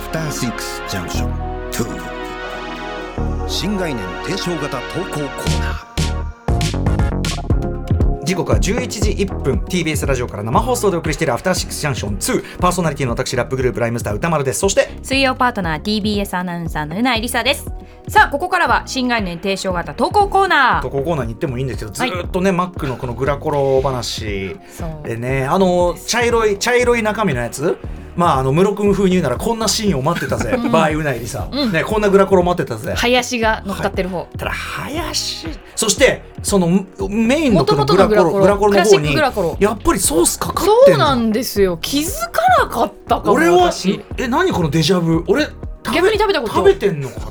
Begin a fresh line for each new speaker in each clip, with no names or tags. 6ジャンクション2新概念提唱型投稿コーナー
時刻は11時1分 TBS ラジオから生放送でお送りしている「アフターシックスジャンクション2」パーソナリティの私ラップグループライムスター歌丸ですそして
水曜パートナー TBS アナウンサーのうないりさですさあここからは新概念提唱型投稿コーナ
投
ー
稿コーナーに行ってもいいんですけどず
はい
ーっとね、マックのこのグラコロ話
そう
でねあの茶色い茶色い中身のやつまああの室君風に言うならこんなシーンを待ってたぜ、バイウナイリさ、
うん
ねこんなグラコロ待ってたぜ、
林が乗っかってる方
ただ林そしてそのメインのこの
元
グラ
々
コロ
のグ
グ
ラ
ラ
コ
コ
ロ
ロの
クラシ
方
ック
に
グラコロ
やっぱりソースかかってん
そう
の
なんですよ気づかなかったかも
俺は
私
え何このデジャブ俺食べ
逆に食べたこと
食べてんのかな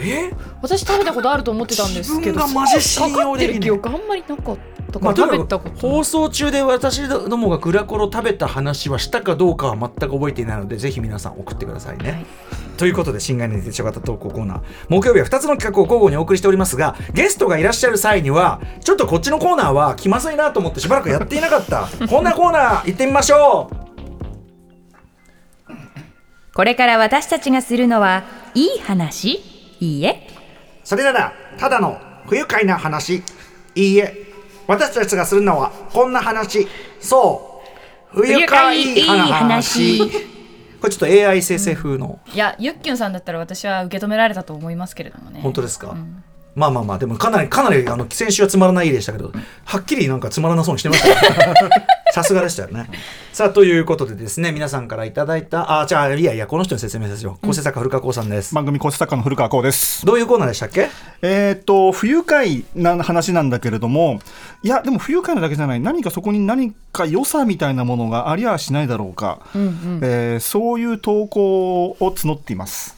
え
私食べたことあると思ってたんですけど
自分がマジ信
かか
用
って
でき
る
ない
記憶あんまりなかった
ま
か
あと
ら食
に
べた
か
こ
く
と
放送中で私どもがグラコロ食べた話はしたかどうかは全く覚えていないのでぜひ皆さん送ってくださいね。
はい
ということで新概念提唱型投稿コーナー木曜日は2つの企画を交互にお送りしておりますがゲストがいらっしゃる際にはちょっとこっちのコーナーは気まずいなと思ってしばらくやっていなかったこんなコーナー行ってみましょう
これから私たちがするのはいい話いいえ
それならただの不愉快な話いいえ私たちがするのはこんな話そう不
愉快いい話
これちょっと AI 生成風の、
いやゆっきゅんさんだったら私は受け止められたと思いますけれどもね
本当ですか、まあまあまあでもかなりかなりあの先週はつまらないでしたけどはっきりなんかつまらなそうにしてましたよ さすがでしたよねさあということでですね皆さんからいただいたあじゃあいやいやこの人に説明させよう構成作家古川光さんです、
番組構成作家の古川光です。
どういうコーナーでしたっけ
えーっと、不愉快な話なんだけれども、いや、でも不愉快なだけじゃない、何かそこに何か良さみたいなものがありゃしないだろうか、えーそういう投稿を募っています。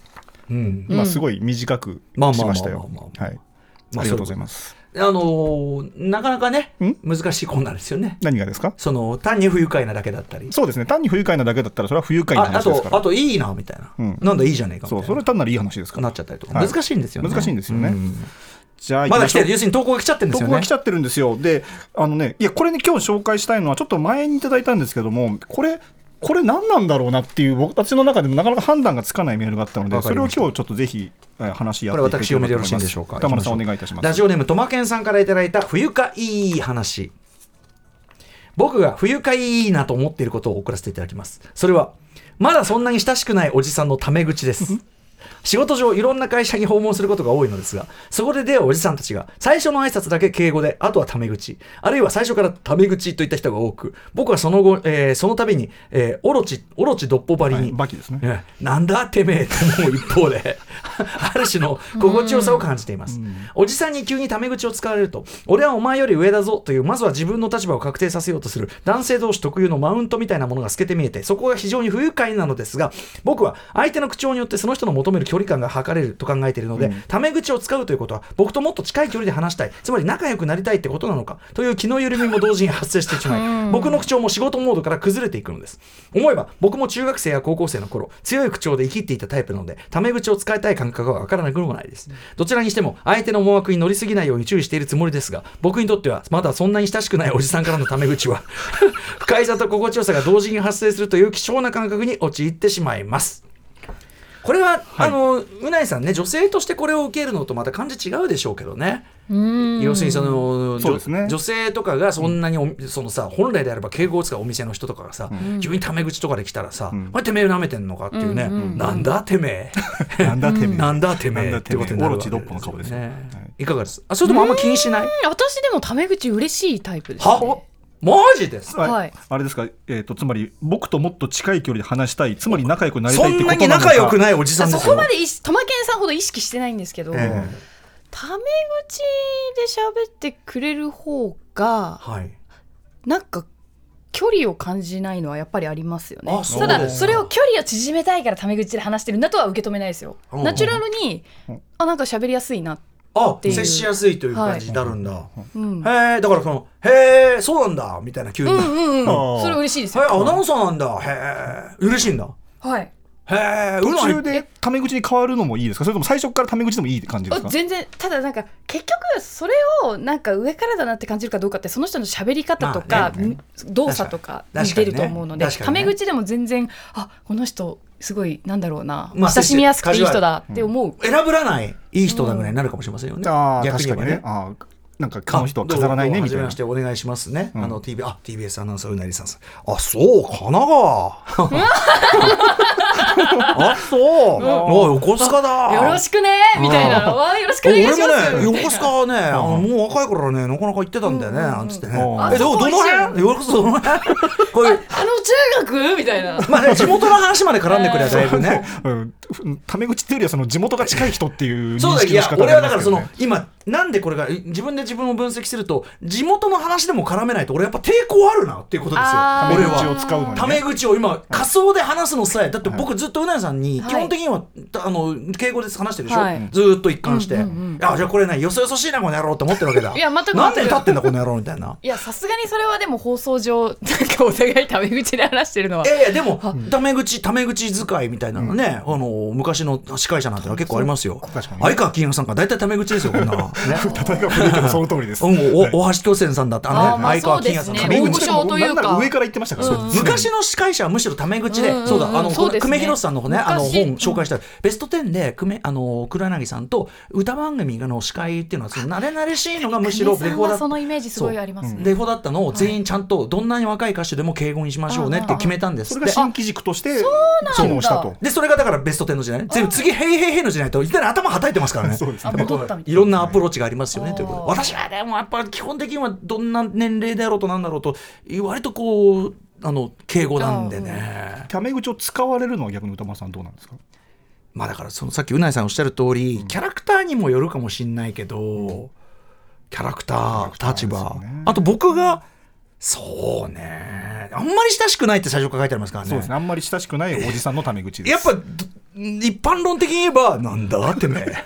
うん
今すごい短くし
まあ
ま
まあまあまあまあ
したよ。はい。
まあ
ありがとうございます。
あのーなかなかね
ん
難しいコーナーですよね
何がですか
その単に不愉快なだけだったり
そうですね。単に不愉快なだけだったら、それは不愉快な
ああ
話ですか
とあ
ら。
といいなみたいな、
うん
なんだいいじゃねえかみたい
そう、
な
それは単なるいい話ですから。
なっちゃったりとか、
はい
難しいんですよね
難しいんですよね
うん
じゃあ行
ま
き
だ
ま
来
しょ
て
う、
る要するに投稿が来ちゃってるんです
投
よ
稿
ね
が来ちゃってるんですよ。で、あのね、いや、これね、今日紹介したいのは、ちょっと前にいただいたんですけども、これ、これ何なんだろうなっていう、僕たちの中でもなかなか判断がつかないメールがあったので、
わか
そ
り
れを
ま
今
し
日
た
ちょっとぜひ、えー話し合
こ
っ
れ
ていければ
私読
と思います。
みでよろしいんでしょうか
田村さん、お願いいたします。
ラジオネームトマケンさんからいただいた不愉快いい話僕が不愉快いいなと思っていることを送らせていただきますそれはまだそんなに親しくないおじさんのタメ口です 仕事上いろんな会社に訪問することが多いのですがそこで出会うおじさんたちが最初の挨拶だけ敬語であとはタメ口あるいは最初からタメ口といった人が多く僕はその後、えーその度に、えーオロチオロチドッポバリ
は
に、
いバキですね。
ええなんだてめえって思う一方で ある種の心地よさを感じています、おじさんに急にタメ口を使われると俺はお前より上だぞというまずは自分の立場を確定させようとする男性同士特有のマウントみたいなものが透けて見えてそこが非常に不愉快なのですが僕は相手の口調によってその人の求める距離感が測れると考えているので、タメ口を使うということは僕ともっと近い距離で話したいつまり仲良くなりたいってことなのかという気の緩みも同時に発生してしまい、僕の口調も仕事モードから崩れていくのです思えば僕も中学生や高校生の頃強い口調で生きっていたタイプなのでタメ口を使いたい感覚がわからなくもないですどちらにしても相手の思惑に乗りすぎないように注意しているつもりですが僕にとってはまだそんなに親しくないおじさんからのタメ口は 不快さと心地よさが同時に発生するという希少な感覚に陥ってしまいますこれは、あのうないさんね女性としてこれを受けるのとまた感じ違うでしょうけどね要するにその
そうですね
女女性とかがそんなにお、そのさ本来であれば敬語を使うお店の人とかがさ、急にタメ口とかで来たらさ「お前てめえ舐めてんのか?」っていうね「なんだてめえ」
なんだてめえ。
なんだてめえ
な
っ
んだ
て
てめ
こ
え
とになるわ
オロ
け
チドッポの顔ですよ。
ね
はい
いかがですあそれともあんま気にしない
私でもタメ口嬉しいタイプです、ね。
はマジですか
はい
はい
あれですか、えー、とつまり僕ともっと近い距離で話したいつまり仲良くなり
そ
たいっ
ん
てこ
な
と
に
なのか
仲良くないおじさんで
そ
すよ
こまで意識トマケンさんほど意識してないんですけど、
ええ
タメ口で喋ってくれる方が
はい
なんか距離を感じないのはやっぱりありますよね
あ。そう
た
で
だ
すか
それを距離を縮めたいからタメ口で話してるんだとは受け止めないですよ。
うん
ナチュラルにあなんか喋りやすいな。
あ
ていう
接しやすいという感じになるんだ、
うん。
へえだからその「へえそうなんだ」みたいな急に「
うんうんうん。
あー
それ嬉しいです
はい
よ。
アナウンサーなんだへえ嬉しいんだ
はい。
へへえう
途
の
中でタメ口に変わるのもいいですかそれとも最初からタメ口でもいいって感じです
あ
か
全然ただなんか結局それをなんか上からだなって感じるかどうかってその人の喋り方と
まあ
か、
ね
み動作とか
確かに確かに
似て
ね
ると思うので、
確か
タ
にね
メ口でも全然あこの人すごいなんだろうな、
まあ
親しみやすくていい人だって思う、
選ぶらないいい人だぐらいになるかもしれませんよね、
ああ
逆
確
に
か
言えば
にねああなんかこの人は飾らないね
あどうもどうも
みたい
初め
な
ましてお願いしますね。あの TB あ TBS アナウンサーうなりさんさん。あそう神奈川。あそう。あ横須賀だ。
よろしくねみたいなわあよろしくお願い
俺
しますみ
も
たいな
ね、横須賀はね、あのもう若い頃ね、なかなか行ってたんだよね、なんつってね
うん。
え、でも、どの辺横須賀どの辺こういう、
あの中学みたいな
まあね、地元の話まで絡んでくればだいぶね。
うんふタメ口っていうよりはその地元が近い人っていう認
そうだ、い
識の
や
仕、方
俺
に
は
なりま
だからそ
すけど
の
ね、
今、なんでこれが、自分で自分を分析すると、地元の話でも絡めないと、俺やっぱ抵抗あるなっていうことですよ、
タ
あー
メ
俺
口を
は。
使うのに
タ
ね
メ口を今、仮想で話すのさえ、だって僕ずっとうなやさんに、
はい
基本的には、あの、敬語で話してるでしょ
はい
ずーっと一貫して。
うんうんうん
あ、じゃあこれね、よそよそしいな、この野郎って思ってるわけだ。
いや全く全く
なんで立ってんだ、この野郎み たいな。
いやさすがにそれはでも放送上なんかお互いタメ口で話してるのはい
やいやでもタメ口タメ口使いみたいなのね、あの昔の司会者なんてのは結構ありますよ
確かに
相川金融さんから大体タメ口ですよこんなの ね
例えが古いけどその通りです
うんお大橋巨船さんだってあの
あー
ね
まあ
相川金融さん
そうですね
タメ口
大御所というか
なんなら上から言ってましたからね
昔の司会者はむしろタメ口で、
うんうんうん
そうだ、あの、
そうですね
久米宏さんのね、あの
昔
本紹介した、ベスト10で、久米、あの、黒柳さんと歌番組の司会っていうのは、その慣れ慣れしいのがむしろレ
さん
コだ
は
った
そのイメージすごいありますね
レフォだったのを全員ちゃんと、どんなに若い歌手でも敬語にしましょうねって決めたんです
そ
っ
れ
て
が。新規軸として機能したと
でそれがだからベスト10の時代ね全部次「ヘイヘイヘイ」の時代といきなり頭はたいてますからね
そうですね
やっぱこう
戻ったみたい
い
な
ろんなアプローチがありますよね
あー
ということで私はでもやっぱ基本的にはどんな年齢であろうとなんだろうと割とこうあの敬語なんでね
タメ口を使われるのは逆に歌丸さんどうなんですか
まあだからそのさっきうないさんおっしゃる通りキャラクターにもよるかもしんないけどキャラクター立
キャラク
場
ターですよね
あと僕がそうねあんまり親しくないって最初から書いてありますから
そうですねあんまり親しくないおじさんのタメ口です
やっぱど一般論的に言えばなんだってね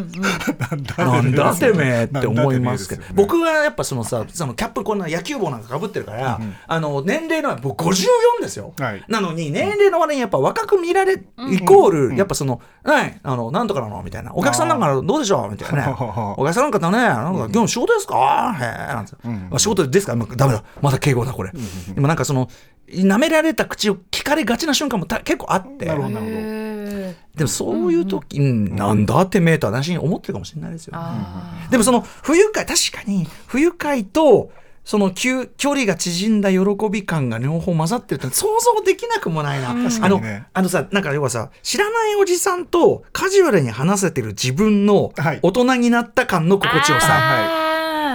なんだてめえって思いますけど、
なんだてめえですよね
僕はやっぱそのさそのキャップこんな野球帽なんか被ってるから、あの年齢の僕54ですよ、
はい
なのに年齢の割にやっぱ若く見られイコール、やっぱその「はいあのなんとかなの?」みたいな「お客さんなんかどうでしょう?」みたいな ね「お客さんなんかだねなんか今日仕事ですか?」へえなんて、あ仕事ですかまあダメだまだ敬語だこれ、でもなんかその舐められた口を聞かれがちな瞬間もた結構あって
なるほどなるほど
へー
でもそういう時、うんなんだてめえと話に思ってるかもしれないですよね、
あ
でもその不愉快確かに不愉快とその急距離が縮んだ喜び感が両方混ざってるって想像できなくもないな、あ
か
の
にね
あのさなんか要はさ知らないおじさんとカジュアルに話せてる自分の
はい
大人になった感の
ー
心地よさ、
あ
ん
ー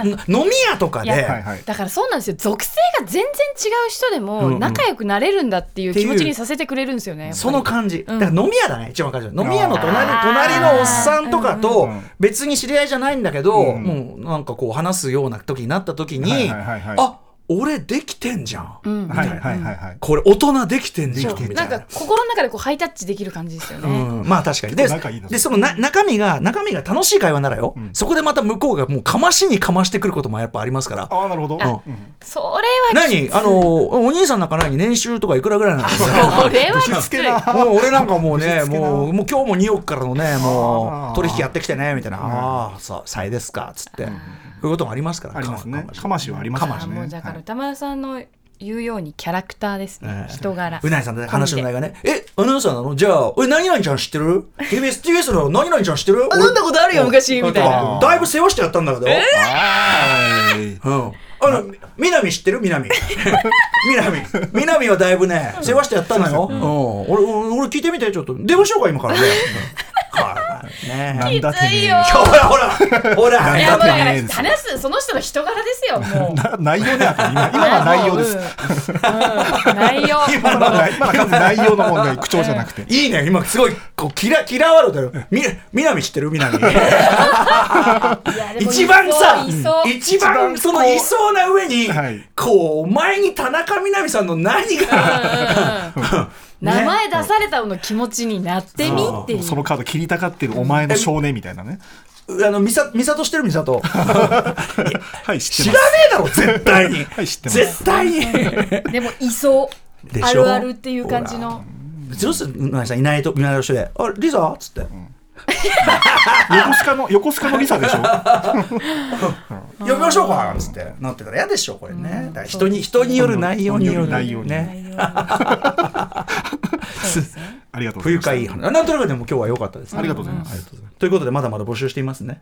飲み屋とかで、
いや
はいはい
だからそうなんですよ属性が全然違う人で
うんう
も
ん
仲良くなれるんだっていう
ってい
気
う
持ちにさせてくれるんですよねやっぱり
その感じ、
うん
だから飲み屋だね一番感じる飲み屋の隣
あー
隣のおっさんとかと
うんうん
別に知り合いじゃないんだけど、
うん
もうなんかこう話すような時になった時に、
はいはいはいはい
あ俺できてんじゃん
うん
はいはいはいはい
これ大人できてんじゃん
できて
み
な
たい
んか
な。
心の中でこうハイタッチできる感じですよ
う
ね、
ん、まあ確かにで
仲いいな
でそのな中身が中身が楽しい会話ならよ、
ん
そこでまた向こうがもうかましにかましてくることもやっぱありますから
ああなるほど
あ
うん
それは
何あのお兄さんなんか何年収とかいくらぐらいなんですか
それはき
ぶしつ
つい
けな
もう俺なんかもう ね、
ぶしつけな
もう、もう今日も2億からのね、も
あ
う
ー
取引やってきてね、みたいな、ああ、そう、さえですか、つって。こういうこともありますから。
ありますね
かも
かましはあります
あ
し
も
ね
うだから
はい
歌丸さんの言うようにキャラクターですね、
ええ
人柄
うなぎさんの話の内容がね、え、アナウンサーなのじゃあ、え、何々ちゃん知ってる ?TBS、TBS の何々ちゃん知ってる
飲んだことあるよ昔みたい
な
あだいぶ世話してやったんだけど。
はい
うん。あの、南知ってる南。南。南はだいぶね、世話してやったのよ。うん。俺、俺俺聞いてみて、ちょっと。電話しようか、今からね。はい。ね
なんだてめ
きつい
え
よ
ほら ほらほら
いやもうだか
だって
ら
ね
話すその人の人柄ですよ もう
な内容ね今 今は内容です
うんうん内容
今のは今のは完全に内容の問題口調じゃなくて
いいね今すごいこうキラキラワードだよみ南知ってる南 一番さ
いそういそう
一番そのいそうな上に
はい
こう前に田中みな実さんの何が ね
名前出されたの気持ちになってみっていう
そのカード切りたがってるお前の少年みたいなね
あのみさみさとしてるみさと
はい知っ
知
て
ら
ま
ね
す
えだろ絶対に
はい知ってます
絶対に
でもいそう
でしょ
あるあるっていう感じの
どうするのさんいないと、いないとして、あ、リザっつって、
横須賀の横須賀のリサでし ょ
呼びましょうかなんつって、なってたら嫌でしょ、これね。だから人に、人による内容による。
内容による
ね。
そうですね
ありがとうご
不
ざ
愉快い
います
い話。なんとなくでも今日は良かったですね。
ありがとうございま
あ
す
りがとうございます。ということで、まだまだ募集していますね。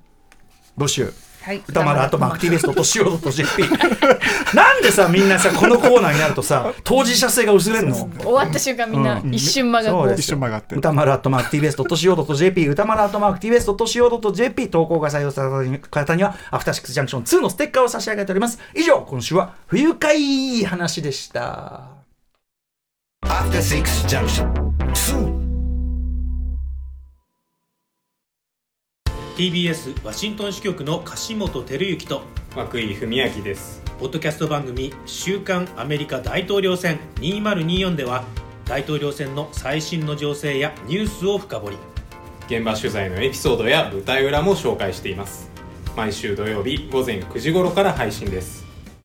募集。
はい
歌丸あとマクティベストと塩と JP なんでさみんなさこのコーナーになるとさ当事者性が薄れるの
終わった瞬間みんな一瞬間がこ
そう
う
です
一瞬曲がって
歌丸アットマーク T ベストとしおどと JP 歌丸アットマーク T ベストとしおどと JP 投稿が採用された方にはアフターシックスジャンクション2のステッカーを差し上げております以上今週は不愉快いい話でした
アフターシックスジャンクション
TBS ワシントン支局の樫本照之と
涌井文明です
ポッドキャスト番組「週刊アメリカ大統領選2024」では大統領選の最新の情勢やニュースを深掘り
現場取材のエピソードや舞台裏も紹介しています毎週土曜日午前9時頃から配信です